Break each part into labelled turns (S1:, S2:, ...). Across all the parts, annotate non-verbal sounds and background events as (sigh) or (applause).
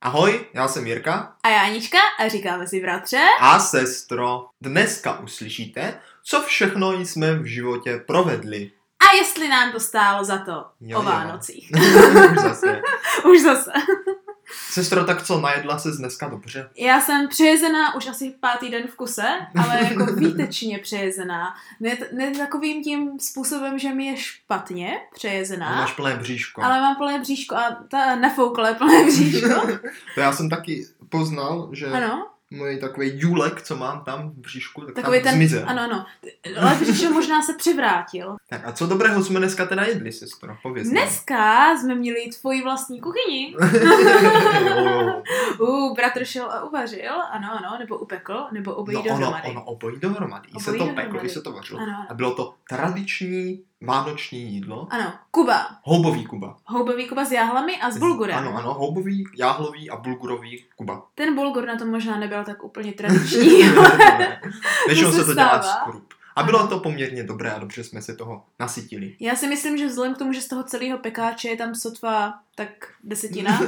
S1: Ahoj, já jsem Jirka
S2: A já Anička a říkáme si bratře.
S1: a sestro. Dneska uslyšíte, co všechno jsme v životě provedli.
S2: A jestli nám to stálo za to
S1: Jo, jo. (laughs)
S2: o Vánocích. (laughs)
S1: Už Zase.
S2: už zase.
S1: Sestro, tak co, najedla se dneska dobře?
S2: Já jsem přejezená už asi pátý den v kuse, ale
S1: (laughs)
S2: jako výtečně přejezená. Ne, ne takovým tím způsobem, že mi je špatně
S1: No,
S2: přejezená.
S1: máš plné bříško.
S2: Ale mám plné bříško a ta nefouklé plné
S1: (laughs)
S2: bříško.
S1: To já jsem taky poznal, že
S2: Ano,
S1: můj takový důlek, co mám tam v bříšku, tak
S2: takový
S1: tam
S2: ten...
S1: zmizel.
S2: Ano, ano. Ale bříško možná se převrátil.
S1: Tak a co dobrého jsme dneska teda jedli, sestro? Pověz nám.
S2: (laughs) Dneska jsme měli tvoji
S1: (laughs)
S2: vlastní kuchyni.
S1: jo, (laughs) jo.
S2: Uh, bratr šel a uvařil, ano, ano, nebo upekl, nebo obojí
S1: No ono,
S2: dohromady.
S1: ono obojí dohromady. I se
S2: Obojí
S1: to
S2: dohromady.
S1: peklo, i se to vařilo.
S2: Ano, ano.
S1: A bylo to tradiční vánoční jídlo.
S2: Ano, Kuba.
S1: Houbový kuba.
S2: Houbový Kuba s jáhlami a s bulgurem.
S1: Ano, ano, houbový, jáhlový a bulgurový kuba.
S2: Ten bulgur na to možná nebyl tak
S1: (laughs)
S2: úplně tradiční. (laughs)
S1: Většinou
S2: To
S1: se
S2: se
S1: to dělá
S2: stává.
S1: z krup. A bylo to poměrně dobré a dobře jsme se toho nasytili.
S2: Já si myslím, že vzhledem k tomu, že z toho celého pekáče je tam sotva tak
S1: (laughs)
S2: desetina,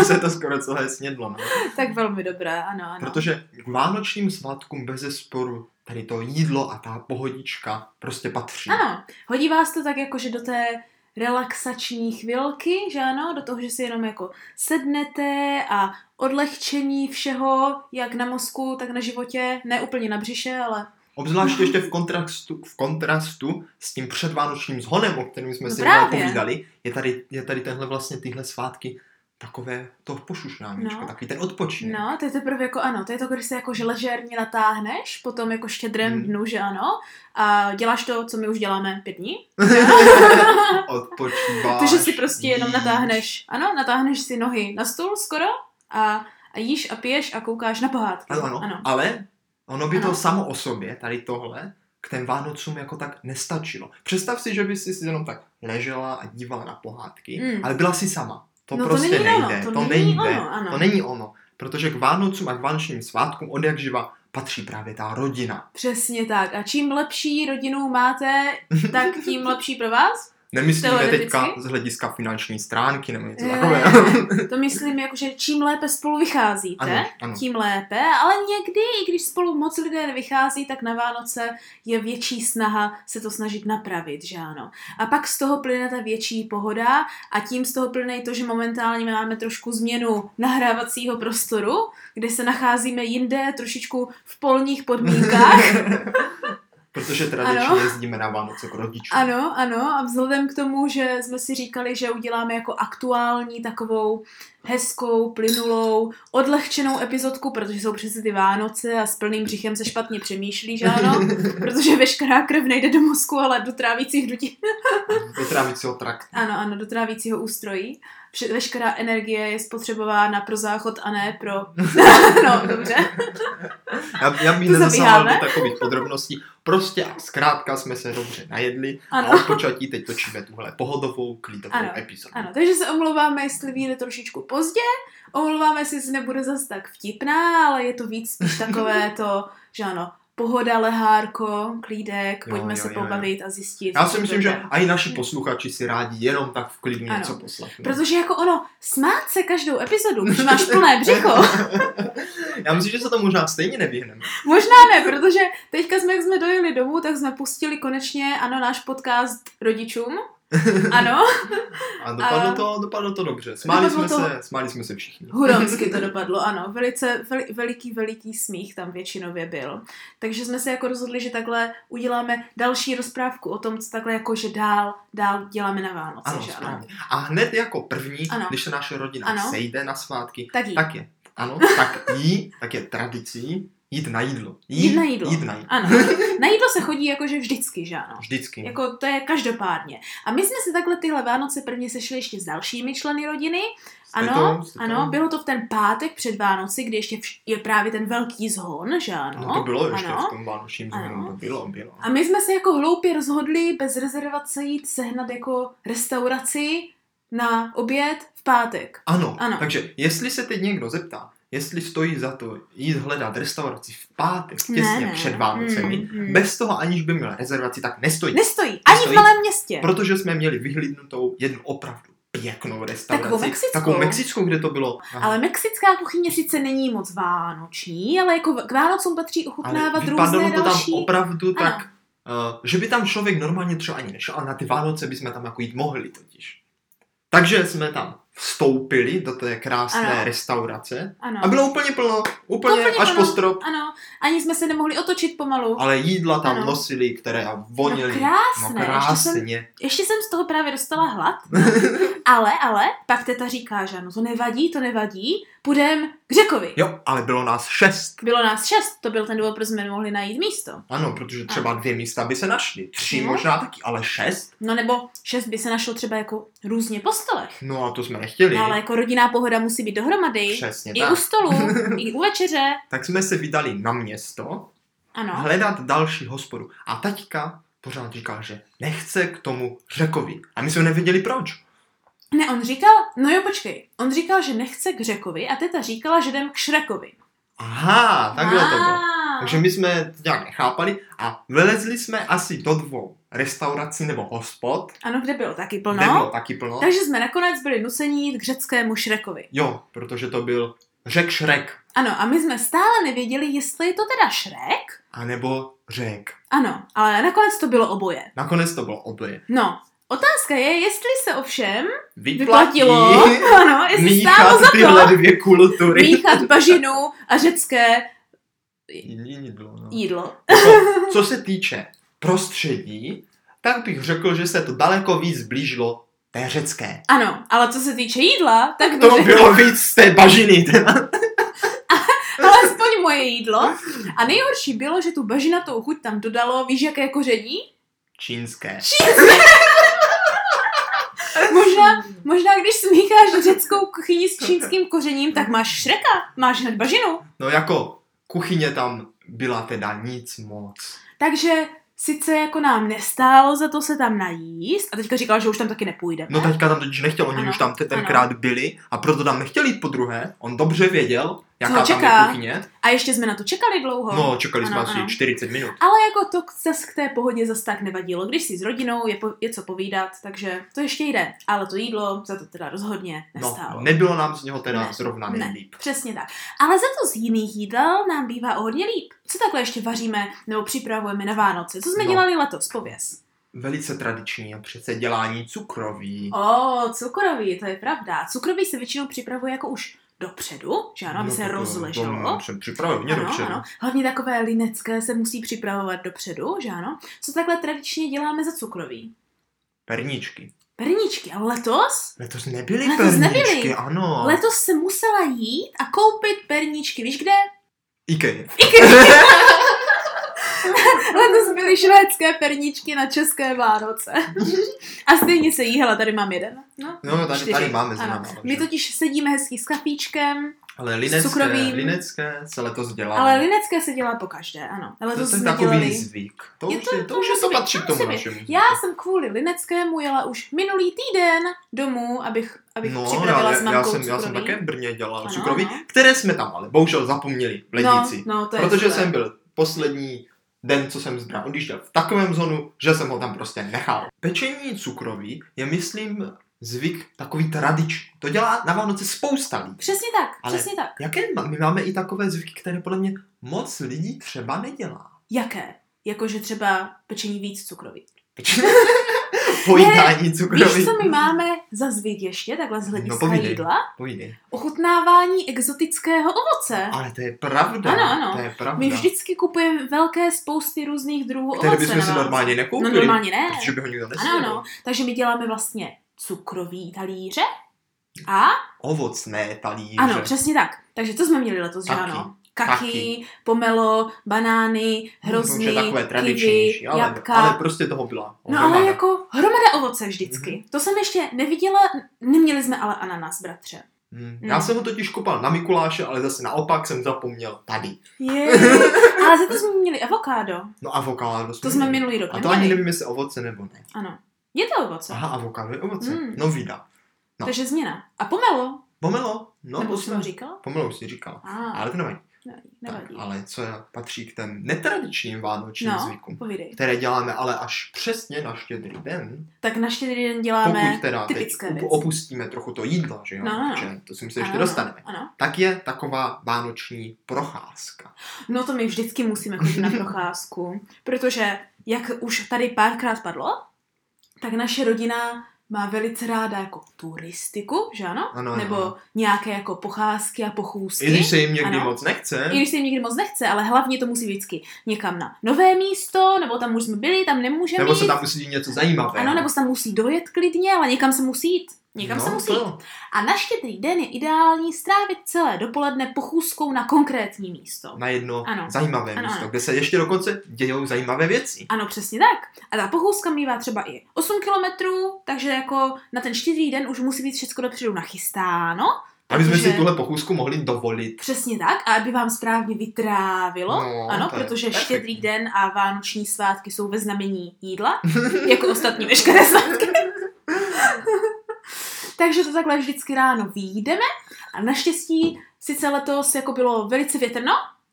S1: Už se to skoro celé snědlo. Ne?
S2: tak velmi dobré, ano, ano.
S1: Protože k vánočním svátkům bez sporu tady to jídlo a ta pohodička prostě patří.
S2: Ano, hodí vás to tak jakože do té relaxační chvilky, že ano, do toho, že si jenom jako sednete a odlehčení všeho, jak na mozku, tak na životě, ne úplně na břiše, ale
S1: Obzvláště ještě v kontrastu, v kontrastu s tím předvánočním zhonem, o kterém jsme
S2: No
S1: si
S2: právě.
S1: právě. povídali, je tady, je tady tenhle vlastně tyhle svátky takové to pošušnáníčko, no.
S2: No.
S1: takový ten odpočinek.
S2: no, to je teprve jako ano, to je to, když se jako že ležérně natáhneš, potom jako štědrém
S1: Hmm.
S2: dnu, že ano, a děláš to, co my už děláme pět dní,
S1: Odpočíváš.
S2: to, že si prostě jenom
S1: jíš.
S2: natáhneš, ano, natáhneš si nohy na stůl skoro a, a jíš a piješ a koukáš na pohádky,
S1: Ano, ano,
S2: ano.
S1: ano. Ale ono by ano. to
S2: Ano.
S1: samo o sobě, tady tohle, k těm Vánocům jako tak nestačilo. Představ si, že by si jenom tak ležela a dívala na pohádky,
S2: Mm.
S1: ale byla si sama. To
S2: No to
S1: prostě
S2: není ono,
S1: nejde.
S2: to
S1: to
S2: není
S1: nejde.
S2: ono, ano.
S1: To není ono. Protože k Vánocům a k vánočním svátkům od jak živa patří právě ta rodina.
S2: Přesně tak. A čím lepší rodinu máte,
S1: (laughs)
S2: tak tím lepší pro vás.
S1: Nemyslíme
S2: Teoreticky? Eh,
S1: teďka z hlediska finanční stránky nebo něco
S2: Ne,
S1: takového.
S2: (laughs) To myslím, jako, že čím lépe spolu vycházíte,
S1: Ano, ano.
S2: tím lépe, ale někdy, i když spolu moc lidé nevychází, tak na Vánoce je větší snaha se to snažit napravit, že ano. A pak z toho plyne ta větší pohoda a tím z toho plyne i to, že momentálně máme trošku změnu nahrávacího prostoru, kde se nacházíme jinde, trošičku v polních podmínkách.
S1: (laughs) Protože tradičně
S2: Ano.
S1: jezdíme na Vánoce k rodičům.
S2: Ano, ano, a vzhledem k tomu, že jsme si říkali, že uděláme jako aktuální takovou hezkou, plynulou, odlehčenou epizodku, protože jsou přece ty Vánoce a s plným břichem se špatně přemýšlí, že ano? Protože veškerá krev nejde do mozku, ale do trávicích dutin.
S1: Do trávicího traktu.
S2: Ano, ano, do trávicího ústrojí. Vše, veškerá energie je spotřebována pro záchod a ne pro... (laughs) no, dobře.
S1: Já, já bych
S2: To
S1: nezasahal do
S2: zabíháme.
S1: takových podrobností. Prostě a zkrátka jsme se dobře najedli a
S2: Ano.
S1: od počátí teď točíme tuhle pohodovou, klidovou
S2: Ano,
S1: epizodu.
S2: Ano, takže se omlouváme, jestli vyjde trošičku pozdě. Omlouváme se, jestli nebude zas tak vtipná, ale je to víc
S1: (laughs)
S2: spíš takové to, že ano, pohoda, lehárko, klídek,
S1: Jo,
S2: pojďme
S1: jo,
S2: se
S1: jo, jo.
S2: pobavit a zjistit.
S1: Já
S2: co
S1: si
S2: to
S1: myslím, že
S2: bude.
S1: i naši posluchači si rádi jenom tak v klidu
S2: Ano.
S1: něco poslechnou.
S2: Protože jako ono, smát se každou epizodu,
S1: (laughs)
S2: když máš plné břicho. (laughs)
S1: Já myslím, že se to možná stejně nevyhneme.
S2: Možná ne, protože teďka jsme, jak jsme dojeli domů, tak jsme pustili konečně, ano, náš podcast rodičům.
S1: (laughs)
S2: Ano,
S1: A dopadlo,
S2: A-
S1: to, dopadlo to dobře. Smáli jsme,
S2: Dopadlo to-
S1: se, smáli jsme se všichni. (laughs)
S2: Huronsky to dopadlo, ano. Velice, vel, veliký, veliký smích tam většinově byl. Takže jsme se jako rozhodli, že takhle uděláme další rozprávku o tom, co takhle jako, že dál, dál děláme na Vánoce,
S1: Ano,
S2: že ano.
S1: správně. A hned jako první,
S2: Ano.
S1: když se naše rodina
S2: Ano.
S1: sejde na svátky,
S2: Tak jí.
S1: tak je, ano, tak jí, tak je tradicí jít na jídlo. Jí-
S2: Jít na jídlo.
S1: Jít na jídlo. (laughs)
S2: Ano. Na jídlo se chodí jakože vždycky, že ano.
S1: Vždycky.
S2: Jako to je každopádně. A my jsme se takhle tyhle Vánoce prvně sešli ještě s dalšími členy rodiny.
S1: Jste
S2: Ano,
S1: to? Jste to?
S2: ano, bylo to v ten pátek před Vánoci, kdy ještě vš- je právě ten velký zhon, že ano.
S1: No, to bylo ještě
S2: ano.
S1: v tom vánočním
S2: Ano.
S1: zhonu, to bylo, bylo.
S2: A my jsme se jako hloupě rozhodli bez rezervace jít sehnat jako restauraci na oběd v pátek.
S1: Ano, ano,
S2: Ano.
S1: takže jestli se teď někdo zeptá, jestli stojí za to jít hledat restauraci v pátek, těsně před Vánocemi,
S2: Mm, mm.
S1: bez toho aniž by měl rezervaci, tak nestojí.
S2: Nestojí, ani
S1: Nestojí.
S2: v malém městě.
S1: Protože jsme měli vyhlídnutou jednu opravdu pěknou restauraci.
S2: Takovou mexickou.
S1: Takovou mexickou, kde to bylo. Aha.
S2: Ale mexická kuchyně sice není moc vánoční, ale jako k Vánocům patří
S1: Ale
S2: ochutnávat
S1: vypadalo
S2: různé
S1: to
S2: další...
S1: tam opravdu
S2: Ano.
S1: tak, uh, že by tam člověk normálně třeba ani nešel, ale na ty Vánoce bychom tam jako jít mohli totiž. Takže jsme tam vstoupili do té krásné
S2: Ano.
S1: restaurace
S2: Ano.
S1: a bylo úplně plno, úplně,
S2: Úplně
S1: až
S2: plno.
S1: po strop,
S2: Ano, ani jsme se nemohli otočit pomalu.
S1: ale jídla tam
S2: Ano.
S1: nosili, které a
S2: No
S1: vonily.
S2: krásné,
S1: no
S2: Ještě, jsem,
S1: krásně.
S2: ještě jsem z toho právě dostala hlad. (laughs) ale, ale, pak teta říká, že ano, to nevadí, to nevadí, půjdem k řekovi.
S1: Jo, ale bylo nás šest.
S2: Bylo nás šest, to byl ten důvod, proč jsme nemohli najít místo.
S1: Ano, protože třeba dvě místa by se našly. Tři
S2: No.
S1: možná taky, ale šest?
S2: No nebo šest by se našlo třeba jako různě po stolech.
S1: No a to jsme nechtěli.
S2: No, ale jako rodinná pohoda musí být dohromady.
S1: Přesně
S2: I u
S1: tak. (laughs)
S2: stolu, i u večeře.
S1: Tak jsme se vydali na město
S2: Ano.
S1: hledat další hospodu. A taťka pořád říkal, že nechce k tomu řekovi. A my jsme nevěděli proč.
S2: Ne, on říkal, no jo, počkej. On říkal, že nechce k Řekovi a teta říkala, že jdem k Šrekovi.
S1: Aha, takhle to bylo.
S2: Ah.
S1: Takže my jsme to nějak nechápali a vylezli jsme asi do dvou restaurací nebo hospod,
S2: Ano, kde bylo taky plno.
S1: kde bylo taky plno.
S2: Takže jsme nakonec byli nuceni jít k řeckému Šrekovi.
S1: Jo, protože to byl řek šrek,
S2: Ano, a my jsme stále nevěděli, jestli je to teda Šrek.
S1: anebo řek.
S2: Ano, ale nakonec to bylo oboje.
S1: Nakonec to bylo oboje.
S2: No, otázka je, jestli se ovšem
S1: Vyplatí
S2: vyplatilo,
S1: (laughs)
S2: ano, jestli stálo
S1: míchat
S2: za to,
S1: tyhle dvě kultury.
S2: míchat bažinu a řecké
S1: Jídlo, no.
S2: jídlo.
S1: Co, co se týče prostředí, tak bych řekl, že se to daleko víc blížilo té řecké.
S2: Ano, ale co se týče jídla, tak bych
S1: To
S2: řekla
S1: bylo víc z té bažiny. Teda.
S2: (laughs) alespoň moje jídlo. A nejhorší bylo, že tu bažinatou chuť tam dodalo, víš, jaké koření?
S1: Čínské.
S2: (laughs) Možná, možná když smícháš řeckou kuchyni s čínským kořením, tak máš šreka, máš hned bažinu.
S1: No jako kuchyně tam byla teda nic moc.
S2: Takže sice jako nám nestálo za to se tam najíst, a teďka říkal, že už tam taky nepůjdeme.
S1: No taťka tam totiž nechtěl, oni
S2: Ano,
S1: už tam te- tenkrát byli a proto tam nechtěl jít po druhé. On dobře věděl, jaká tam
S2: ho
S1: je
S2: čeká.
S1: kuchyně.
S2: A ještě jsme na to čekali dlouho.
S1: No, čekali jsme
S2: Ano, ano.
S1: asi 40 minut.
S2: Ale jako to zas k té pohodě zas tak nevadilo. Když jsi s rodinou, je, po, je co povídat, takže to ještě jde. Ale to jídlo za to teda rozhodně nestálo.
S1: No, nebylo nám z něho teda
S2: Ne,
S1: zrovna
S2: ne.
S1: nejlíp.
S2: Přesně tak. Ale za to z jiných jídel nám bývá o hodně líp. Co takhle ještě vaříme nebo připravujeme na Vánoce? Co jsme
S1: No.
S2: dělali letos? Pověz.
S1: Velice tradiční je přece dělání cukroví.
S2: O, cukroví, to je pravda. Cukroví se většinou připravuje jako už dopředu, že ano, aby se
S1: tak No, to-
S2: rozleželo.
S1: To jsem připravil, mě
S2: Ano,
S1: dobře.
S2: ano. Hlavně takové linecké se musí připravovat dopředu, že ano. Co takhle tradičně děláme za cukroví?
S1: Perničky.
S2: Perničky. A letos
S1: Letos nebyly
S2: Letos
S1: perničky,
S2: nebyly.
S1: ano.
S2: Letos se musela jít a koupit perničky, víš kde?
S1: Ikea. No.
S2: Letos byly švédské perničky na české Vánoce. A stejně se jí, hele, tady mám jeden. No,
S1: No, tady,
S2: čtyři.
S1: tady máme za
S2: Ano.
S1: náma.
S2: My
S1: že?
S2: totiž sedíme hezky s kafíčkem,
S1: (laughs) Ale linecké,
S2: cukrovým-
S1: linecké se letos dělá.
S2: ale linecké se dělá po každé, ano.
S1: to
S2: Letos
S1: je
S2: jsme
S1: takový
S2: dělali...
S1: zvyk. To,
S2: Je
S1: už
S2: to-
S1: je, to,
S2: to
S1: už je
S2: musí
S1: to
S2: být,
S1: patří
S2: to
S1: k tomu
S2: musí být.
S1: našemu.
S2: Já jsem kvůli lineckému jela už minulý týden domů, abych, abych
S1: no,
S2: připravila
S1: já,
S2: s
S1: já, já,
S2: mamkou
S1: jsem, já jsem
S2: cukroví.
S1: také v Brně dělal
S2: Ano,
S1: cukroví,
S2: ano.
S1: které jsme tam ale bohužel zapomněli v
S2: no,
S1: lednici.
S2: no, to je
S1: protože
S2: super.
S1: jsem byl poslední den, co jsem z Brna odjížděl v takovém zónu, že jsem ho tam prostě nechal. Pečení cukroví je, myslím, zvyk takový tradiční. To dělá na Vánoce spousta lidí.
S2: Přesně tak,
S1: Ale-
S2: přesně tak.
S1: Jaké má- my máme i takové zvyky, které podle mě moc lidí třeba nedělá.
S2: (laughs) Jaké? Jakože třeba pečení víc cukroví.
S1: Pojídání cukroví.
S2: Víš, co my máme za zvyk ještě, takhle z hlediska no,
S1: povídej.
S2: jídla?
S1: Pojídej.
S2: Ochutnávání exotického ovoce.
S1: Ale to je pravda.
S2: Ano, ano.
S1: To je pravda.
S2: My vždycky kupujeme velké spousty různých druhů
S1: které
S2: ovoce.
S1: no. bychom
S2: na
S1: si
S2: Vánoce.
S1: normálně
S2: No
S1: nekoupili.
S2: normálně ne.
S1: Protože by ho nikdo
S2: Ano, no.
S1: nesměl.
S2: ano. Takže my děláme vlastně cukrový talíře a
S1: Ovocné talíře.
S2: ano, přesně tak. Takže to jsme měli letos, že
S1: Kaky.
S2: ano? Kaky,
S1: Kaky.
S2: pomelo,
S1: No,
S2: banány, hrozny,
S1: Protože takové
S2: kivy,
S1: tradičnější, ale,
S2: jabka.
S1: ale prostě toho byla.
S2: No ale
S1: hromada. Mhm.
S2: jako hromada ovoce vždycky. To jsem ještě neviděla, neměli jsme ale ananas, bratře. Hmm.
S1: Hm, Já jsem ho totiž koupal na Mikuláše, ale zase naopak jsem zapomněl tady. (laughs)
S2: Je, ale za to jsme měli avokádo.
S1: No avokádo.
S2: To jsme minulý rok
S1: A to ani nevím, jestli ovoce nebo ne.
S2: Ano. Je to ovoce,
S1: Aha, avokádo je ovoce.
S2: Mm.
S1: No vida. no.
S2: takže změna. A pomelo,
S1: Pomelo? No,
S2: nebo
S1: to
S2: už jsem
S1: jsme.
S2: ho říkala?
S1: Pomelo už si říkala.
S2: A,
S1: Ale to nevadí.
S2: Ne,
S1: Tak,
S2: nevadí.
S1: ale co je- patří k těm netradičním vánočním
S2: No.
S1: zvykům,
S2: Povídej.
S1: které děláme ale až přesně na štědrý den,
S2: Tak na štědrý den
S1: pokud
S2: děláme...
S1: teda teď
S2: typické věci.
S1: op- opustíme trochu to jídlo, že jo,
S2: No, no, no.
S1: protože to si myslím, že ještě
S2: Ano,
S1: dostaneme,
S2: Ano.
S1: tak je taková vánoční procházka.
S2: No to my vždycky musíme chodit na procházku,
S1: (laughs)
S2: protože, jak už tady párkrát padlo, tak naše rodina má velice ráda jako turistiku, že ano?
S1: Ano,
S2: Nebo
S1: ano.
S2: nějaké jako pocházky a pochůzky.
S1: No, I když se jim někdy
S2: Ano.
S1: moc nechce,
S2: I když se jim nikdy moc nechce, ale hlavně to musí vždycky někam na nové místo, nebo tam už jsme byli, tam nemůžeme
S1: nebo se
S2: jít.
S1: tam musí dít něco zajímavého.
S2: Ano, nebo se tam musí dojet klidně, ale někam se musí jít. Někam
S1: no,
S2: se musí
S1: to
S2: jít.
S1: jo.
S2: A na štědrý den je ideální strávit celé dopoledne pochůzkou na konkrétní místo.
S1: Na jedno
S2: Ano.
S1: zajímavé
S2: Ano,
S1: místo,
S2: ano.
S1: kde se ještě dokonce dějou zajímavé věci.
S2: Ano, přesně tak. A ta pochůzka mývá třeba i 8 kilometrů, takže jako na ten štědrý den už musí být všechno dopředu nachystáno.
S1: Aby jsme
S2: protože-
S1: si tuhle pochůzku mohli dovolit.
S2: Přesně tak, a aby vám správně vytrávilo.
S1: No,
S2: ano,
S1: to je
S2: protože
S1: perfektní.
S2: štědrý den a vánoční svátky jsou ve znamení
S1: (laughs)
S2: jídla, jako ostatní veškeré svátky. (laughs) Takže to takhle vždycky ráno výjdeme a naštěstí sice letos jako bylo velice větrno,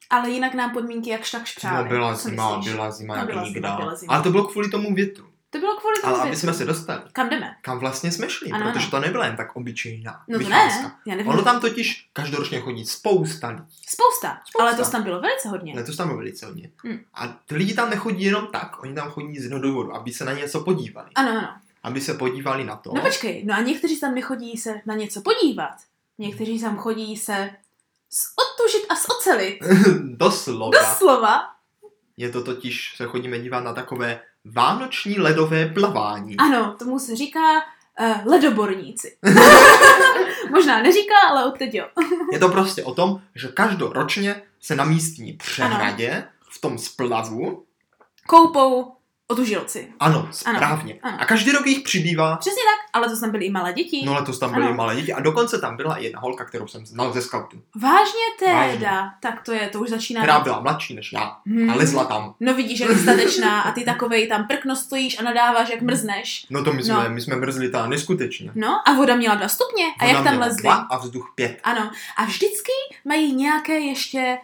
S2: ale jinak nám podmínky jakž takž přáli.
S1: No byla
S2: Co
S1: zima,
S2: myslíš?
S1: byla zima,
S2: No,
S1: jako
S2: byla zima,
S1: nikda.
S2: byla zima.
S1: Ale to bylo kvůli tomu větru.
S2: To bylo kvůli tomu
S1: Ale aby
S2: větru.
S1: jsme se dostali,
S2: Kam jdeme?
S1: kam vlastně jsme šli,
S2: Ano,
S1: protože
S2: ano.
S1: to nebyla jen tak obyčejná
S2: No to
S1: vycházka.
S2: ne, já nevím.
S1: Ono tam totiž každoročně chodí spousta lidí.
S2: Spousta,
S1: Spousta.
S2: ale to tam bylo velice hodně.
S1: Letos tam bylo velice hodně.
S2: Hmm.
S1: A ty lidi tam nechodí jenom tak, oni tam chodí z jednoho důvodu, aby se na něco podívali.
S2: Ano, ano.
S1: Aby se podívali na to.
S2: No počkej, no a někteří tam nechodí se na něco podívat. Někteří tam chodí se zotužit a zocelit.
S1: (laughs) Doslova.
S2: Doslova.
S1: Je to totiž, se chodíme dívat na takové vánoční ledové plavání.
S2: Ano, tomu se říká
S1: (laughs)
S2: uh, ledoborníci. Možná neříká, ale odteď jo.
S1: Je to prostě o tom, že každoročně se na místní přehradě, v tom splavu,
S2: Koupou otužilci.
S1: ano, správně.
S2: ano.
S1: A každý rok jich přibývá.
S2: Přesně tak, ale to tam byly i malé děti.
S1: No letos tam byly
S2: Ano.
S1: malé děti a dokonce tam byla i jedna holka, kterou jsem znal ze skautu,
S2: Vážně
S1: Vážně.
S2: teda, tak to je, to už začíná.
S1: která
S2: být-
S1: byla mladší než já
S2: Hmm.
S1: a lezla tam.
S2: No vidíš, jak je statečná a ty takovej tam prkno stojíš a nadáváš, jak mrzneš.
S1: No to my jsme,
S2: No.
S1: my jsme mrzli ta neskutečně.
S2: No a voda měla dva stupně. A
S1: Voda
S2: jak tam
S1: měla
S2: lezli?
S1: Dva a vzduch pět.
S2: Ano. A vždycky mají nějaké ještě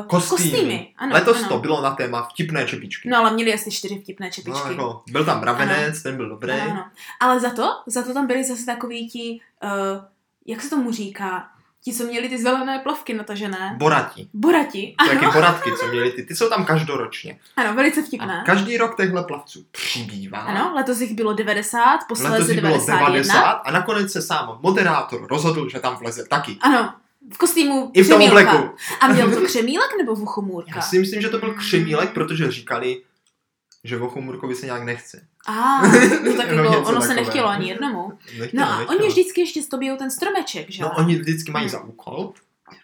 S2: uh,
S1: Kostýmy.
S2: kostýmy. Ano,
S1: letos
S2: ano.
S1: to bylo na téma vtipné čepičky.
S2: No ale měli asi čtyři vtipné čepičky.
S1: No, jako, byl tam ravenec, ten byl dobrý.
S2: ano, ano. Ale za to, za to tam byli zase takový ti, uh, jak se tomu říká, ti, co měli ty zelené plavky natažené.
S1: Borati.
S2: Borati.
S1: To
S2: Ano,
S1: jaké boratky, co měli ty. Ty jsou tam každoročně.
S2: ano velice
S1: A
S2: vtipné.
S1: každý rok těchto plavců přibývá.
S2: Ano, letos jich bylo 90,
S1: Letos
S2: posléze
S1: jich bylo
S2: 91.
S1: 90 a nakonec se sám moderátor rozhodl, že tam vleze taky.
S2: Ano, v kostýmu
S1: I v tom
S2: křemílka.
S1: obleku.
S2: A měl to křemílek nebo vuchomůrka?
S1: Já si myslím, že to byl křemílek, protože říkali, že Vochomurkovi se nějak nechce. (laughs)
S2: A, no tak
S1: Jenom
S2: jako,
S1: něco
S2: ono se
S1: takové.
S2: nechtělo ani jednomu.
S1: Nechtěl,
S2: No a
S1: nechtěl.
S2: oni vždycky Hmm. ještě zdobijou ten stromeček, že?
S1: No
S2: jo?
S1: oni vždycky mají za úkol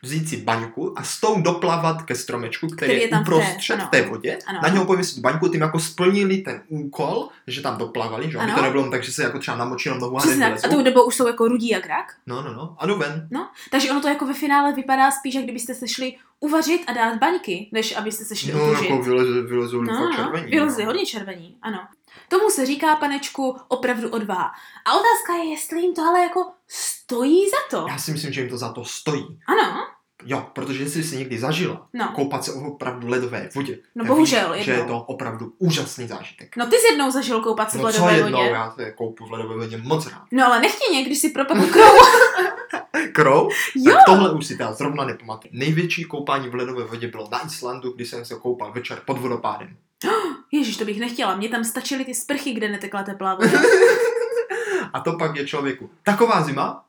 S1: vzít si baňku a s tou doplavat ke stromečku, který,
S2: Který je
S1: je tam
S2: tam v té,
S1: uprostřed
S2: ano.
S1: té, té vodě,
S2: Ano.
S1: na něho pověsit baňku, tím jako splnili ten úkol, že tam doplavali, že jo? aby
S2: Ano.
S1: to nebylo jen tak, že se jako třeba namočilo nohu a hned
S2: Přesně tak. A
S1: vylezou.
S2: tou dobou už jsou jako rudí jak rak.
S1: No, no, no, a jdu ven.
S2: Takže ono to jako ve finále vypadá spíš, jak kdybyste se šli uvařit a dát baňky, než abyste se šli
S1: No,
S2: otužit.
S1: jako vylezli, vylezli
S2: No,
S1: no,
S2: no,
S1: červení.
S2: vylezli
S1: no.
S2: hodně červení, ano. Tomu se říká, panečku, opravdu odvaha. A otázka je, jestli jim to ale jako stojí za to.
S1: Já si myslím, že jim to za to stojí.
S2: Ano,
S1: Jo, protože jestli jsi někdy zažila
S2: no.
S1: koupat se v opravdu ledové vodě,
S2: No
S1: tak
S2: bohužel
S1: víš, že
S2: jednou.
S1: je to opravdu úžasný zážitek.
S2: No ty s jednou zažil koupat se v
S1: No co
S2: ledové
S1: jednou,
S2: vodě.
S1: já se koupu v ledové vodě moc rád.
S2: No ale nechtěně, když si propadl krou.
S1: Krou?
S2: Jo.
S1: Tak tohle už si teda zrovna nepamatuju. Největší koupání v ledové vodě bylo na Islandu, kdy jsem se koupal večer pod vodopádem.
S2: (laughs)
S1: (laughs)
S2: Ježíš, to bych nechtěla. Mně tam stačily ty sprchy, kde netekla teplá voda.
S1: A to pak je člověku taková zima,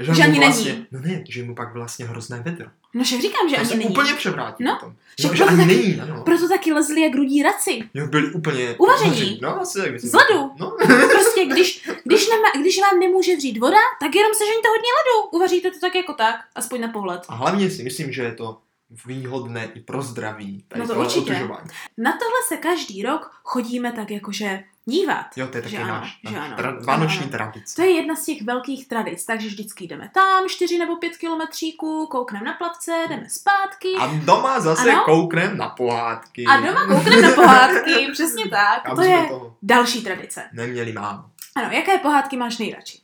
S1: že, mu
S2: Že ani
S1: vlastně,
S2: není.
S1: No ne, že mu pak vlastně hrozné vedro.
S2: No však říkám, že
S1: To
S2: ani
S1: se
S2: není.
S1: úplně převrátí
S2: No,
S1: potom.
S2: že
S1: No, že
S2: proto
S1: ani
S2: taky-
S1: není, ano.
S2: Proto taky lezli jak rudí raci.
S1: Jo, byli úplně...
S2: Uvaření.
S1: No, asi tak myslím.
S2: Z ledu.
S1: No,
S2: Prostě když, když, nema, když vám nemůže vřít voda, tak jenom sežeňte hodně ledu. Uvaříte to tak jako tak, aspoň na pohled.
S1: a hlavně si myslím, že je to výhodné i pro zdraví. Tady
S2: No to
S1: tohle
S2: určitě.
S1: otužování.
S2: Na tohle se každý rok chodíme tak jakože dívat.
S1: Jo, to je taky
S2: Že ano,
S1: náš,
S2: že
S1: náš
S2: ano.
S1: tra-
S2: Ano,
S1: vánoční
S2: ano.
S1: tradice.
S2: To je jedna z těch velkých tradic, takže vždycky jdeme tam, 4 nebo 5 kilometříků, koukneme na plavce, jdeme zpátky
S1: A doma zase
S2: Ano.
S1: kouknem na pohádky.
S2: a doma koukneme na
S1: (laughs)
S2: pohádky, přesně tak.
S1: Kam
S2: to
S1: jsme
S2: je
S1: toho
S2: další tradice.
S1: neměli málo.
S2: Ano, jaké pohádky máš nejradši?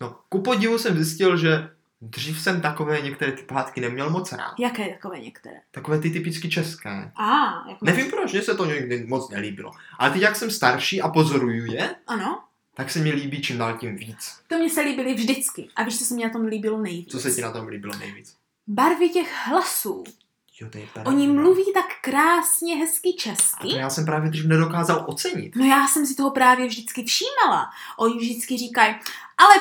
S1: No, ku podivu jsem zjistil, že Dřív jsem takové některé ty pátky neměl moc rád.
S2: Jaké takové některé?
S1: Takové ty typicky české.
S2: A, jako...
S1: Nevím proč, mně se to někdy moc nelíbilo. Ale teď, jak jsem starší a pozoruju je,
S2: Ano,
S1: tak se mi líbí čím dál tím víc.
S2: to mě se líbily vždycky. A víš, co se mě na tom líbilo nejvíc?
S1: Co se ti na tom líbilo nejvíc?
S2: Barvy těch hlasů.
S1: Jo, to je pravda.
S2: Oni mluví tak krásně, hezky
S1: A to
S2: česky.
S1: já jsem právě dřív nedokázal ocenit.
S2: No já jsem si toho právě vždycky všímala. Oni vždycky říkají, ale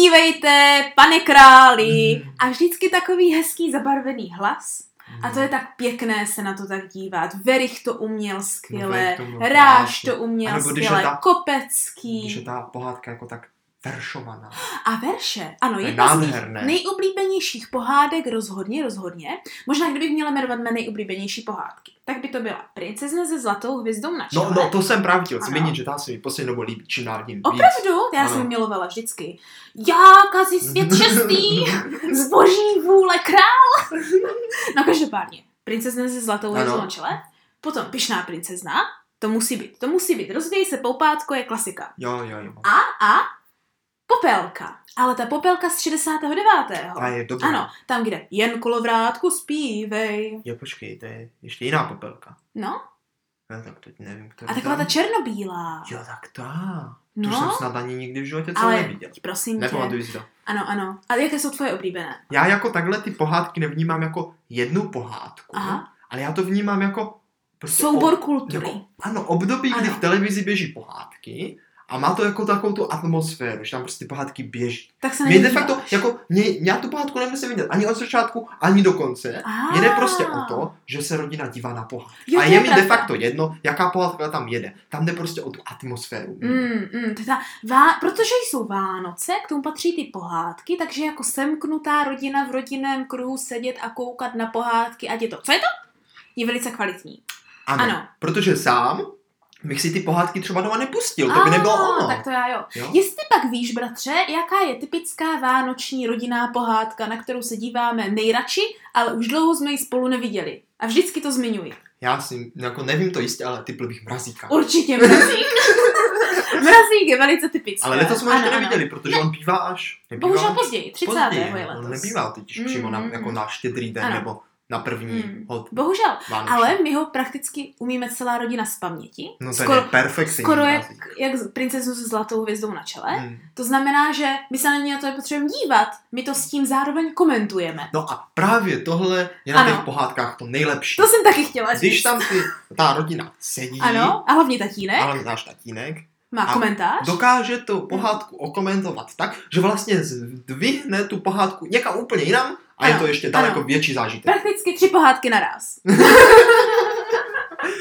S2: podívejte, pane králi.
S1: Mhm.
S2: A vždycky takový hezký zabarvený hlas. A to je tak pěkné se na to tak dívat. Verich to uměl skvěle.
S1: No, Verich to uměl
S2: Ráš
S1: krásně.
S2: to uměl
S1: Anebo když je
S2: skvěle.
S1: ta- Když je
S2: Kopecký.
S1: ta pohádka jako tak veršovaná.
S2: A verše. Ano,
S1: To je
S2: jedna z mých
S1: nádherné.
S2: nejoblíbenějších pohádek rozhodně, rozhodně. Možná kdybych měla jmenovat mé nejoblíbenější pohádky, tak by to byla Princezna se zlatou hvězdou na čele.
S1: No, no, to jsem právě chtěl
S2: Ano.
S1: zmínit, že ta se mi poslední dobou líbí čím dál tím víc.
S2: Opravdu? Já
S1: Ano.
S2: jsem ji milovala vždycky. Já, kazi svět šestý,
S1: (laughs)
S2: zboží vůle král. No každopádně, princezna se zlatou
S1: Ano.
S2: hvězdou na čele, potom pyšná princezna, to musí být, to musí být. Rozvěj se, poupátko je klasika.
S1: Jo, jo, jo.
S2: A, a, popelka. Ale ta popelka z 69.
S1: A je dobrá.
S2: Ano, tam kde jen kolovrátku zpívej.
S1: Jo, počkej, to je ještě jiná popelka.
S2: No,
S1: No, tak teď nevím, která.
S2: a taková ta
S1: tam-
S2: černobílá.
S1: Jo, tak ta. No? To jsem
S2: No,
S1: snad ani nikdy v životě celou
S2: ale
S1: neviděl.
S2: prosím tě.
S1: Nepamatuji si to.
S2: Ano, ano. A jaké jsou tvoje oblíbené?
S1: Já jako takhle ty pohádky nevnímám jako jednu pohádku,
S2: Aha.
S1: ale já to vnímám jako prostě
S2: Soubor
S1: ob-
S2: kultury.
S1: jako, ano, období, kdy
S2: Ano.
S1: v televizi běží pohádky a má to jako takovou tu atmosféru, že tam prostě pohádky běží.
S2: Tak se
S1: Mě de
S2: nedíváš.
S1: facto, jako, mě, já tu pohádku nemusím vidět ani od začátku, ani do konce. Mně jde
S2: Ah.
S1: prostě o to, že se rodina dívá na pohádku.
S2: Jo,
S1: a
S2: to
S1: je mi de
S2: pravda.
S1: facto jedno, jaká pohádka tam jede. Tam jde prostě o tu atmosféru.
S2: Mm, mm, teda, vá... protože jsou Vánoce, k tomu patří ty pohádky, takže jako semknutá rodina v rodinném kruhu sedět a koukat na pohádky, ať je to. Co je to? Je velice kvalitní.
S1: Ano.
S2: ano.
S1: Protože sám bych si ty pohádky třeba doma nepustil, to by nebylo
S2: Ah,
S1: ono.
S2: Tak to já jo.
S1: Jo?
S2: Jestli pak víš, bratře, jaká je typická vánoční rodinná pohádka, na kterou se díváme nejradši, ale už dlouho jsme ji spolu neviděli. A vždycky to zmiňuji.
S1: Já si, jako nevím to jistě, ale typl bych mrazíka. (laughs)
S2: Určitě mrazík. mrazík je velice typický.
S1: Ale letos jsme ho ještě
S2: Ano, ano.
S1: neviděli, protože on bývá až... Nebývá
S2: Bohužel
S1: až
S2: později, 30.
S1: později,
S2: je
S1: On
S2: letos.
S1: nebývá teď
S2: Mm,
S1: přímo na,
S2: mm,
S1: jako
S2: mm.
S1: na štědrý den
S2: Ano.
S1: nebo na první
S2: Mm.
S1: hod
S2: Bohužel.
S1: Vánoční.
S2: Ale my ho prakticky umíme celá rodina z paměti.
S1: No to
S2: skoro,
S1: je perfektní
S2: skoro jak,
S1: mrazík.
S2: jak z- princezu se zlatou hvězdou na čele.
S1: Mm.
S2: To znamená, že my se na ně na to nepotřebujeme dívat, my to s tím zároveň komentujeme.
S1: No a právě tohle je na
S2: Ano.
S1: těch pohádkách to nejlepší.
S2: To jsem taky chtěla říct.
S1: Když tam ty, ta rodina sedí,
S2: Ano, a hlavně tatínek
S1: ale náš tatínek,
S2: má
S1: a-
S2: komentář.
S1: dokáže tu
S2: Mm.
S1: pohádku okomentovat tak, že vlastně zdvihne tu pohádku někam úplně jinam a je
S2: Ano,
S1: to ještě daleko
S2: ano.
S1: větší zážitek.
S2: Prakticky tři pohádky naraz.